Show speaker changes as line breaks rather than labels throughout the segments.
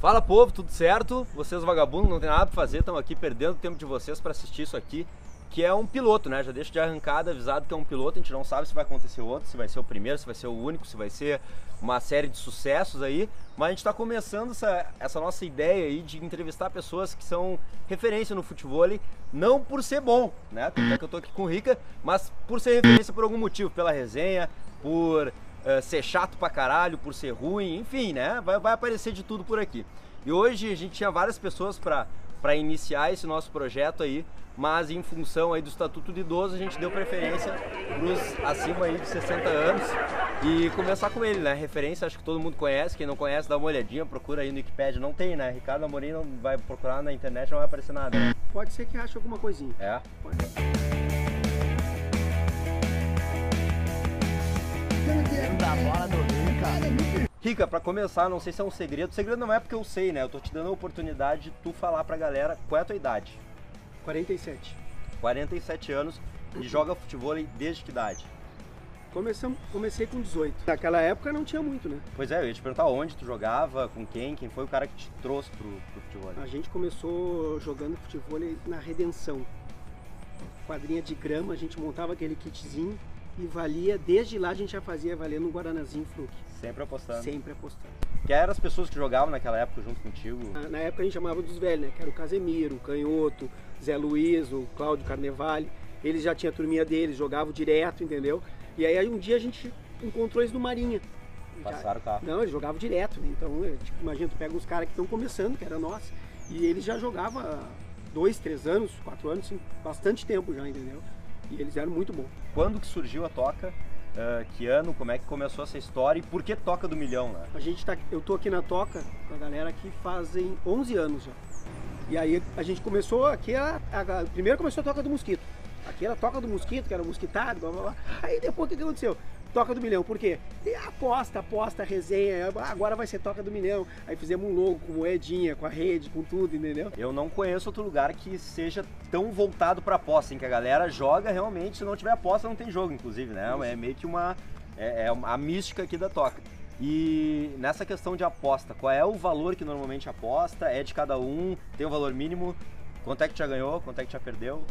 Fala povo, tudo certo? Vocês vagabundos não tem nada pra fazer, estão aqui perdendo o tempo de vocês para assistir isso aqui, que é um piloto, né? Já deixo de arrancada avisado que é um piloto, a gente não sabe se vai acontecer outro, se vai ser o primeiro, se vai ser o único, se vai ser uma série de sucessos aí, mas a gente está começando essa, essa nossa ideia aí de entrevistar pessoas que são referência no futebol, não por ser bom, né? Tanto é que eu tô aqui com o Rica, mas por ser referência por algum motivo, pela resenha, por eh, ser chato pra caralho, por ser ruim, enfim, né? Vai, vai aparecer de tudo por aqui. E hoje a gente tinha várias pessoas pra pra iniciar esse nosso projeto aí, mas em função aí do Estatuto do Idoso, a gente deu preferência pros acima aí de 60 anos e começar com ele, né? Referência, acho que todo mundo conhece, quem não conhece dá uma olhadinha, procura aí no Wikipedia, não tem, né? Ricardo Amorim não vai procurar na internet, não vai aparecer nada, né?
Pode ser que ache alguma coisinha.
É. Rica, pra começar, não sei se é um segredo. Segredo não é porque eu sei, né? Eu tô te dando a oportunidade de tu falar pra galera qual é a tua idade.
47.
47 anos e joga futebol desde que idade?
Comecei, comecei com 18. Naquela época não tinha muito, né?
Pois é, eu ia te perguntar onde tu jogava, com quem, quem foi o cara que te trouxe pro, pro futebol.
A gente começou jogando futebol na Redenção. Quadrinha de grama, a gente montava aquele kitzinho e valia, desde lá a gente já fazia valer no Guaranazinho Fruc.
Sempre apostando.
Sempre apostando.
Quem eram as pessoas que jogavam naquela época junto contigo?
Na- Na época a gente chamava dos velhos, né? Que era o Casemiro, o Canhoto, Zé Luiz, o Cláudio Carnevale. Eles já tinham a turminha deles, jogavam direto, entendeu? E aí um dia a gente encontrou eles no Marinha. Já-
Passaram o carro.
Não, eles jogavam direto, né? Então, é, tipo, imagina, tu pega uns caras que estão começando, que era nós, e ele já jogava há dois, três anos, quatro anos, sim, bastante tempo já, entendeu? E eles eram muito bons.
Quando que surgiu a Toca? Ah, que ano? Como é que começou essa história? E por que Toca do Milhão, né?
A gente tá, eu tô aqui na Toca com a galera que fazem 11 anos já. E aí a gente começou aqui, a, a- a- primeiro começou a Toca do Mosquito. Aqui era a Toca do Mosquito, que era mosquitado, blá blá blá. Aí depois o que que aconteceu? Toca do Milhão, por quê? E aposta, aposta, resenha, ah, agora vai ser Toca do Milhão. Aí fizemos um logo com moedinha, com a rede, com tudo, entendeu?
Eu não conheço outro lugar que seja tão voltado pra aposta, em que a galera joga realmente, se não tiver aposta não tem jogo, inclusive, né? É meio que uma... é- é uma- a mística aqui da Toca. E nessa questão de aposta, qual é o valor que normalmente aposta? É de cada um? Tem o valor mínimo? Quanto é que já ganhou? Quanto é que já perdeu?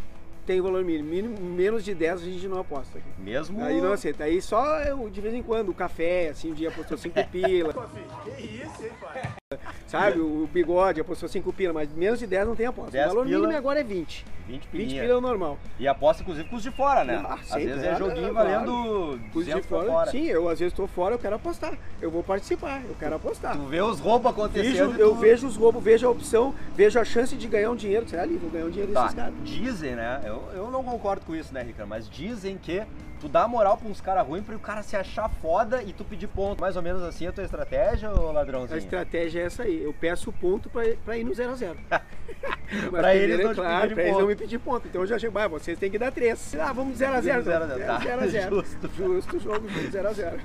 Tem valor mínimo, mínimo, menos de 10 a gente não aposta aqui.
Mesmo...
Aí não aceita. Aí só eu, de vez em quando, o café, assim, um dia apostou 5 pila. que isso, hein, pai? Sabe, o bigode apostou 5 pila, mas menos de 10 não tem aposta.
10
o valor
pila.
mínimo agora é 20.
20
20
pilinha.
pila é o normal.
E aposta, inclusive, com os de fora, né?
Ah,
Às
sempre,
vezes é
claro,
joguinho
claro.
valendo
Os
200
de fora,
tá fora.
sim, eu às vezes tô fora, eu quero apostar. Eu vou participar, eu quero apostar.
Tu vê os roubos acontecendo
Vejo-
e tu-
eu vejo os roubos, vejo a opção, vejo a chance de ganhar um dinheiro. Será ali? Vou ganhar um dinheiro
Tá,
desses caras.
dizem, né? Eu, eu não concordo com isso, né, Ricardo? Mas dizem que tu dá moral pra uns caras ruins pra o cara se achar foda e tu pedir ponto. Mais ou menos assim é a tua estratégia, ô
A
ladrãozinho?
estratégia é essa aí. Eu peço ponto pra, pra ir no 0x0. Zero
Pra eles não te
claro,
pedirem
pra eles
ponto.
não me pedir ponto. Então eu já chego, ah, vocês têm que dar 3. Ah, vamos 0x0.
Vamos zero a zero,
então.
tá.
0x0.
Justo.
Justo o jogo, 0x0.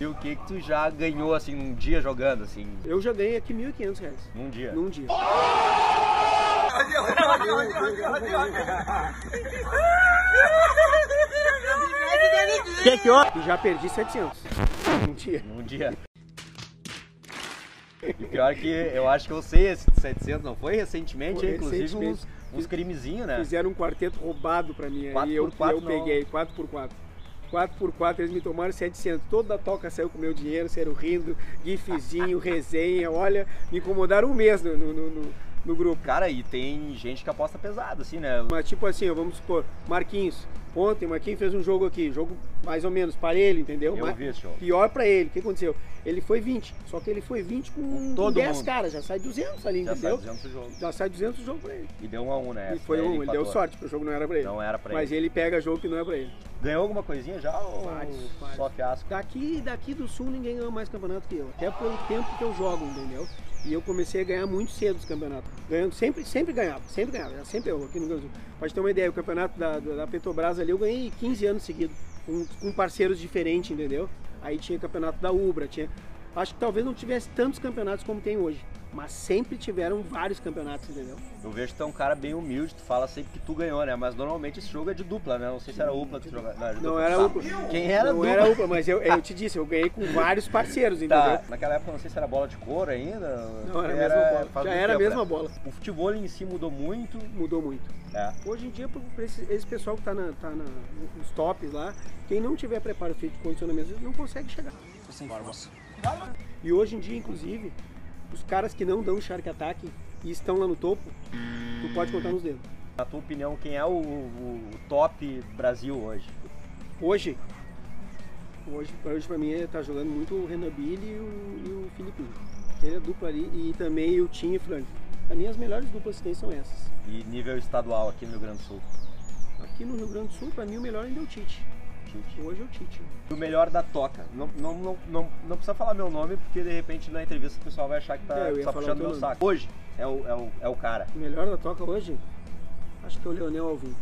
E o que que tu já ganhou, assim, num dia jogando, assim,
Eu já ganhei aqui R$ 1.500 reais
num dia?
num dia. E já perdi 700 num dia.
Num dia. E pior que eu acho que eu sei esse de 700, não foi? Recentemente,
Foi
inclusive,
recentemente.
uns, uns crimezinhos, né?
Fizeram um quarteto roubado pra mim.
Quatro
aí eu,
por quatro
eu
não.
peguei 4x4. 4x4, eles me tomaram 700. Toda a toca saiu com meu dinheiro, saíram rindo, gifzinho, resenha. Olha, me incomodaram um mês no, no, no- no- no grupo.
Cara, e tem gente que aposta pesado, assim, né?
Mas tipo assim, ó, vamos supor, Marquinhos. Ontem, o Marquinhos fez um jogo aqui, jogo mais ou menos parelho, entendeu?
Eu
Mas
vi esse jogo.
Pior pra ele, o é que aconteceu? Ele foi 20, só que ele foi 20 com,
todo
10
mundo.
caras, já sai 200 ali,
Já
entendeu?
saiu o jogo.
Já sai 200 o jogo pra ele.
E deu um a um, né?
e foi
Daí
um, ele deu
empatou.
sorte, porque o jogo não era pra ele.
Não era pra
Mas
ele.
ele pega jogo que não é pra ele.
Ganhou alguma coisinha já ou
Vários, vários.
só fiasco?
Daqui, daqui do sul ninguém ganha mais campeonato que eu, até pelo tempo que eu jogo, entendeu? E eu comecei a ganhar muito cedo os campeonatos. Ganhando, sempre, sempre ganhava, sempre ganhava, era sempre eu aqui no Brasil. Pra te ter uma ideia, o campeonato da, da da Petrobras ali eu ganhei 15 anos seguidos, com, com parceiros diferentes, entendeu? Aí tinha campeonato da Ubra, tinha. Acho que talvez não tivesse tantos campeonatos como tem hoje. Mas sempre tiveram vários campeonatos, entendeu?
Eu vejo que tu é um cara bem humilde, tu fala sempre que tu ganhou, né? Mas normalmente esse jogo é de dupla, né? Não sei se era upla que tu jogava. era de
Não
dupla que
era
tu
UPA.
sabe. Quem era
não
dupla?
era UPA, mas eu, eu te disse, eu ganhei com vários parceiros, entendeu?
Tá, naquela época não sei se era bola de couro ainda.
Não, era a mesma bola.
faz
Já
muito
era a
tempo,
mesma
né?
bola.
O futebol em si mudou muito.
Mudou muito.
É.
Hoje em dia, pro- pra esse, esse pessoal que tá, na, tá na- nos tops lá, quem não tiver preparo físico e condicionamento não consegue chegar. E hoje em dia, inclusive, os caras que não dão shark attack e estão lá no topo, tu pode contar nos dedos.
Na tua opinião, quem é o, o- o top Brasil hoje?
Hoje, hoje, hoje pra mim, é- tá jogando muito o Renan Billy e o, e o Filipinho. Ele é a dupla ali e também o Tim e Frank. Pra mim, as melhores duplas que tem são essas.
E nível estadual aqui no Rio Grande do Sul.
Aqui no Rio Grande do Sul, pra mim, o melhor ainda é o Tite.
Chute.
Hoje é o Tite.
O melhor da toca. Não, não, não, não, não precisa falar meu nome, porque de repente na entrevista o pessoal vai achar que tá
É, eu ia
só
falar
puxando meu
teu nome.
saco. Hoje é o, é o, é o cara.
O melhor da toca hoje, acho que é o Leonel Alvim.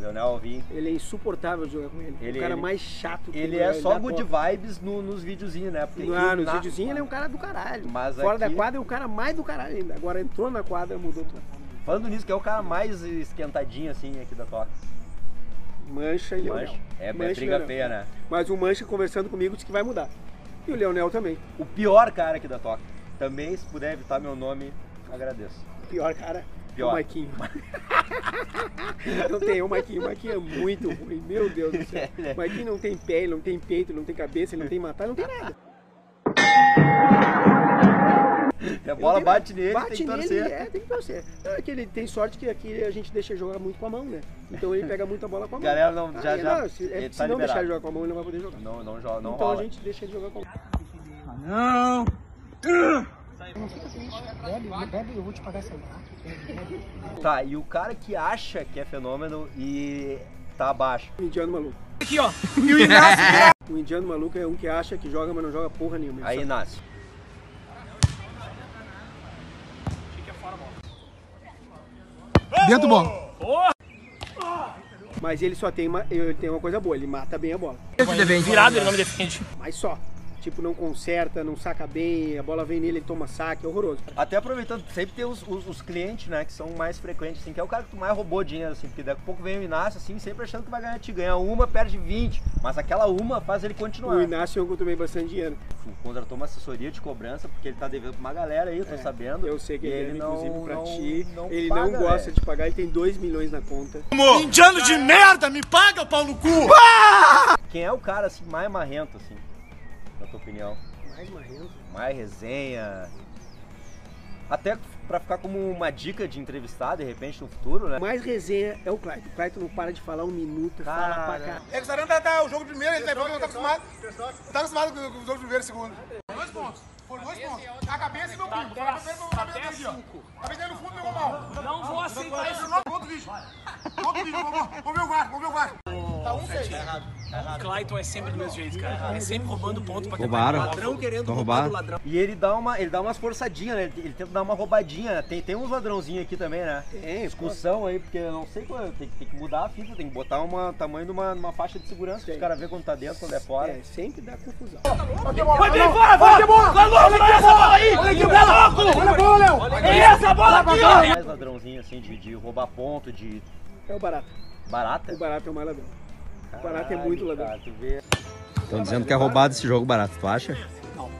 Leonel Alvim.
Ele é insuportável de jogar com ele.
Ele-
o cara
ele-
mais chato que
Ele
tem,
é
ele
só
dá
good
toque.
vibes no- nos videozinhos, né? Porque
Claro, no
na-
videozinho ele é um cara do caralho.
Mas
Fora
aqui-
da quadra é um cara mais do caralho ainda. Agora entrou na quadra, mudou tudo.
Falando nisso, que é o cara mais esquentadinho assim aqui da toca.
Mancha e
Mas
Leonel.
é, é
Mancha e
briga
Leonel.
feia, né?
Mas o Mancha conversando comigo disse que vai mudar. E o Leonel também.
O pior cara aqui da toca. Também, se puder evitar meu nome, agradeço.
O pior cara
Pior.
é o Maiquinho. não tem o Maiquinho. O Maiquinho é muito ruim. Meu Deus do céu.
É, né?
O Maiquinho não tem pé, ele não tem peito, ele não tem cabeça, ele não tem matar, não tem nada.
E a bola
Ele
bate nele,
bate
tem que
nele,
torcer.
É, tem que torcer. Não, é que ele tem sorte que aqui a gente deixa jogar muito com a mão, né? Então ele pega muita bola com a mão.
Galera, não- já-
Ah, é,
já-
não, se, é-
ele
se
tá
não
liberado.
deixar ele jogar com a mão, ele não vai poder jogar.
Não, não, jo- não
então
rola.
a gente deixa ele jogar com a mão.
Tá, e o cara que acha que é fenômeno e tá abaixo.
O indiano maluco.
né?
Aqui, ó. o indiano maluco é um que acha que joga, mas não joga porra nenhuma. Ele
Aí
só-
nasce.
Dentro do bolo.
Mas ele só tem uma, ele tem uma coisa boa, ele mata bem a bola.
Virado ele não me defende.
Mas só. Tipo, não conserta, não saca bem, a bola vem nele, ele toma saque, é horroroso.
Até aproveitando, sempre tem os, os- os clientes, né, que são mais frequentes, assim, que é o cara que tu mais roubou dinheiro, assim, porque daqui a pouco vem o Inácio, assim, sempre achando que vai ganhar, te ganha uma, perde 20, mas aquela uma faz ele continuar.
O Inácio é um eu tomei bastante dinheiro.
contratou uma assessoria de cobrança, porque ele tá devendo pra uma galera aí, eu tô
É,
sabendo.
Eu sei que
E
ele, deve,
não-
inclusive, pra
não-
ti. ele
paga, né? é.
não gosta
velho.
de pagar, ele tem 2 milhões na conta.
Indiano de merda, me paga, pau no cu!
Quem é o cara, assim, mais marrento, assim, na tua opinião?
Mais marrento.
mais resenha. Até pra ficar como uma dica de entrevistado, de repente, no futuro, né?
Mais resenha é o Clayton. O Clayton não para de falar um minuto, fala pra
Cara.
caralho.
É que o Saranda tá o jogo de primeiro, ele levou, não tá acostumado. Tá acostumado com com o jogo de primeiro e segundo. Dois pontos. Foram dois pontos. A cabeça e meu primo. Foi a cabeça e meu cabeça aqui, ó. Cabeça dele no fundo, pegou mal.
Não vou aceitar isso.
Outro vídeo. Outro vídeo, vamos lá. Vamos ver o VAR, vamos ver o VAR. Tá um, seis.
O Clayton é sempre do mesmo jeito, cara. É sempre roubando ponto pra Roubaram. um Ladrão querendo roubar do ladrão.
E ele dá uma, ele dá umas forçadinhas, né? Ele, ele tenta dar uma roubadinha. né? Tem, tem uns ladrãozinhos aqui também, né?
Tem,
Discussão aí, porque eu não sei qual é, tem, que- tem que mudar a fita, tem que botar uma tamanho de uma, uma faixa de segurança, para
Tem.
os caras verem quando tá dentro, quando é fora.
É, sempre dá confusão.
Vai bem fora, vai! Vai louco, vai essa bola aí! Vai louco! Olha a bola, Léo! É essa bola aqui, ó!
Mais ladrãozinho assim, de, de roubar ponto, de
É o barato.
barata.
O barato é o mais ladrão. O barato é muito ladrão.
Cara, tu vê.
Estão dizendo que é roubado esse jogo barato, tu acha?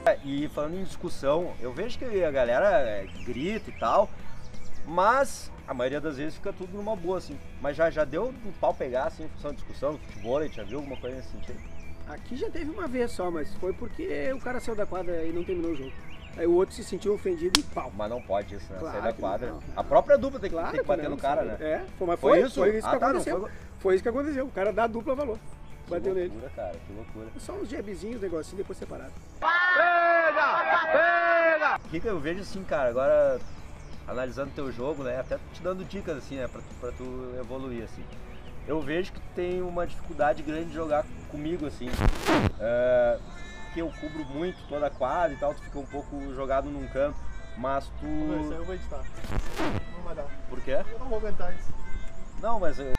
é, E falando em discussão, eu vejo que a galera é, grita e tal, mas a maioria das vezes fica tudo numa boa, assim. Mas já, já deu um pau pegar, assim, em função de discussão, no futebol, aí, já viu alguma coisa nesse sentido?
Aqui já teve uma vez só, mas foi porque o cara saiu da quadra e não terminou o jogo. Aí o outro se sentiu ofendido e pau.
Mas não pode isso, né?
Claro
Sair da
que
quadra.
não.
A própria dupla tem que,
Claro
tem que bater
não,
no cara,
sabe?
né?
É, foi, mas
Foi
foi,
isso?
foi isso
Ah,
que
tá, não
aconteceu.
foi-
foi... isso que aconteceu. O cara dá dupla valor. Bateu
que
nele.
loucura, cara, que loucura.
Só uns jebzinhos, negocinho, depois separado.
O que, que eu vejo assim, cara, agora analisando teu jogo, né? Até te dando dicas assim, né, pra tu, pra tu evoluir, assim. Eu vejo que tu tem uma dificuldade grande de jogar comigo, assim. É, que eu cubro muito toda a quadra e tal, tu fica um pouco jogado num canto, mas tu.
eu vou editar. Não vai dar.
Por quê?
Eu não vou aguentar isso.
Não, mas. eh,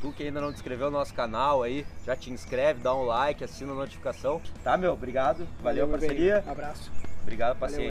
Tu que ainda não te inscreveu no nosso canal aí, já te inscreve, dá um like, assina a notificação. Tá, meu? Obrigado. Valeu,
meu bem.
parceria.
Abraço.
Obrigado, paciência.